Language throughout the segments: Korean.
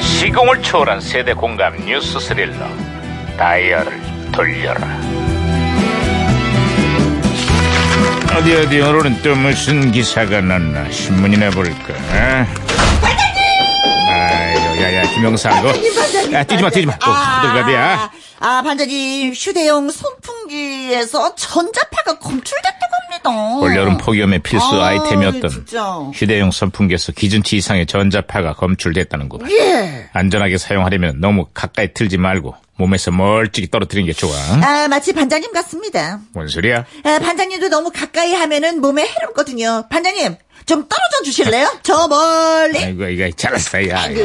시공을 초월한 세대 공감 뉴스 스릴러 다이얼을 돌려라 어디 어디 오늘은 또 무슨 기사가 났나 신문이나 볼까 아이고 야야 김영사 이거 야 뛰지마 뛰지마 어, 또 호들갑이야 아, 반장님, 휴대용 선풍기에서 전자파가 검출됐다고 합니다. 올여름 폭염의 필수 아, 아이템이었던 진짜. 휴대용 선풍기에서 기준치 이상의 전자파가 검출됐다는 거다 예. 안전하게 사용하려면 너무 가까이 틀지 말고 몸에서 멀찍이 떨어뜨리는 게 좋아 아, 마치 반장님 같습니다. 뭔 소리야 아, 반장님도 너무 가까이 하면은 몸에 해롭거든요. 반장님, 좀 떨어져 주실래요? 저 멀리. 아이고 이거 잘했어 야 이거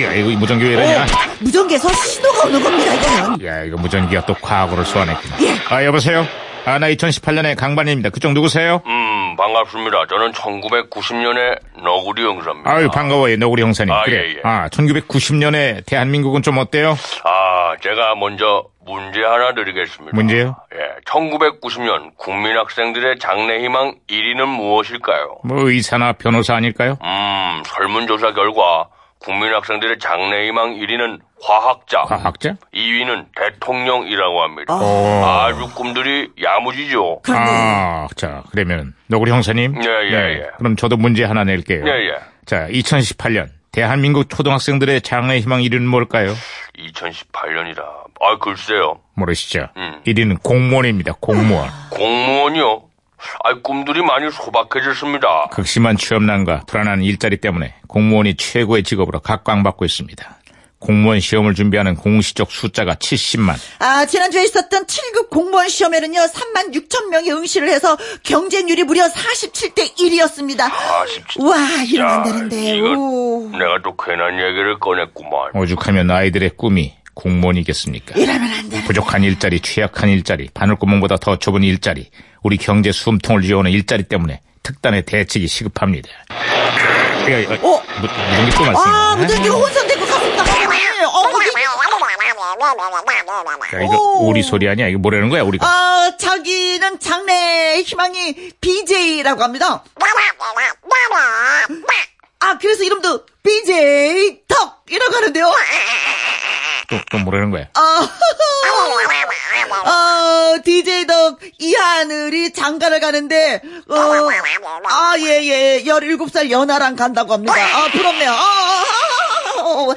야, 이거 이 무전기 왜 이러냐 무전기에서 신호가 오는 겁니다, 이거는. 야 이거 무전기가 또 과거를 소환했구나 아 여보세요 아 나 2018년의 강반입니다 그쪽 누구세요 음, 반갑습니다. 저는 1990년에 너구리 형사입니다. 아유 반가워요 너구리 형사님 아, 그래 예, 예. 아 1990년에 대한민국은 좀 어때요 아, 제가 먼저 문제 하나 드리겠습니다. 문제요? 예, 1990년 국민학생들의 장래희망 1위는 무엇일까요? 뭐 의사나 변호사 아닐까요 음, 설문조사 결과 국민학생들의 장래희망 1위는 과학자, 과학자 아. 2위는 대통령이라고 합니다. 오. 아주 꿈들이 야무지죠. 그런데. 아, 자, 그러면 너구리 형사님. 예, 예, 네, 예. 그럼 저도 문제 하나 낼게요. 예, 예. 자, 2018년 대한민국 초등학생들의 장래 희망 1위는 뭘까요? 2018년이라. 아, 글쎄요. 모르시죠? 음. 1위는 공무원입니다. 공무원. 공무원이요? 아, 꿈들이 많이 소박해졌습니다. 극심한 취업난과 불안한 일자리 때문에 공무원이 최고의 직업으로 각광받고 있습니다. 공무원 시험을 준비하는 공시적 숫자가 70만. 아, 지난주에 있었던 7급 공무원 시험에는요, 3만 6천 명이 응시를 해서 경쟁률이 무려 47대 1이었습니다. 아, 쉽지. 와, 이러면 야, 안 되는데. 아, 이거 오. 내가 또 괜한 얘기를 꺼냈구만. 오죽하면 아이들의 꿈이 공무원이겠습니까? 이러면 안 되는데. 부족한 일자리, 취약한 일자리, 바늘구멍보다 더 좁은 일자리, 우리 경제 숨통을 쥐어오는 일자리 때문에 특단의 대책이 시급합니다. 야, 야, 어? 무, 무전기 또 아, 말씀이네. 무전기가 혼선되고 가슴다. 어, 거기. 야, 이거 오. 우리 소리 아니야? 이거 뭐라는 거야, 우리가? 아, 자기는 장래 희망이 BJ라고 합니다. 아, 그래서 이름도 BJ 덕이라고 하는데요. 또, 또 뭐라는 거야? 아, 어, DJ 덕 이하늘이 장가를 가는데, 어, 아, 예, 예, 17살 연하랑 간다고 합니다. 아, 부럽네요. 아, 아, 아, 아,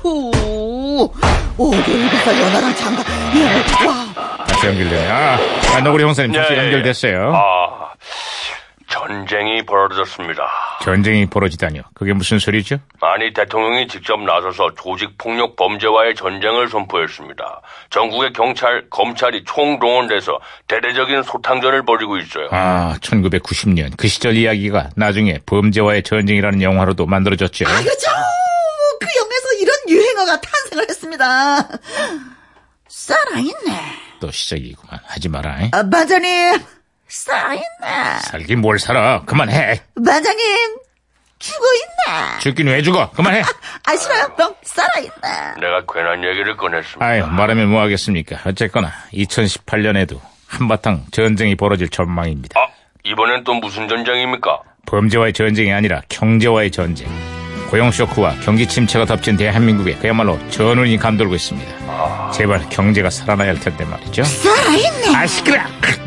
아뷰, 아우. 오, 17살 연하랑 장가. 예, 와. 다시 연결되네. 아, 아, 너구리 형사님 다시 예, 예, 예. 연결됐어요. 아, 전쟁이 벌어졌습니다. 전쟁이 벌어지다니요. 그게 무슨 소리죠? 아니, 대통령이 직접 나서서 조직폭력 범죄와의 전쟁을 선포했습니다. 전국의 경찰, 검찰이 총동원돼서 대대적인 소탕전을 벌이고 있어요. 아, 1990년 그 시절 이야기가 나중에 범죄와의 전쟁이라는 영화로도 만들어졌죠. 아, 그죠? 그 영화에서 이런 유행어가 탄생을 했습니다. 살아있네. 또 시작이구만. 하지 마라. 잉? 아, 반장님, 살아있네. 살긴 뭘 살아. 그만해. 반장님, 죽어있네. 죽긴 왜 죽어? 그만해. 아, 싫어요, 뿅. 살아있네. 내가 괜한 얘기를 꺼냈습니다. 아유, 말하면 뭐 하겠습니까? 어쨌거나 2018년에도 한바탕 전쟁이 벌어질 전망입니다. 아, 이번엔 또 무슨 전쟁입니까? 범죄와의 전쟁이 아니라 경제와의 전쟁. 고용 쇼크와 경기 침체가 덮친 대한민국에 그야말로 전운이 감돌고 있습니다. 제발 경제가 살아나야 할 텐데 말이죠. 살아있네. 아, 시끄러!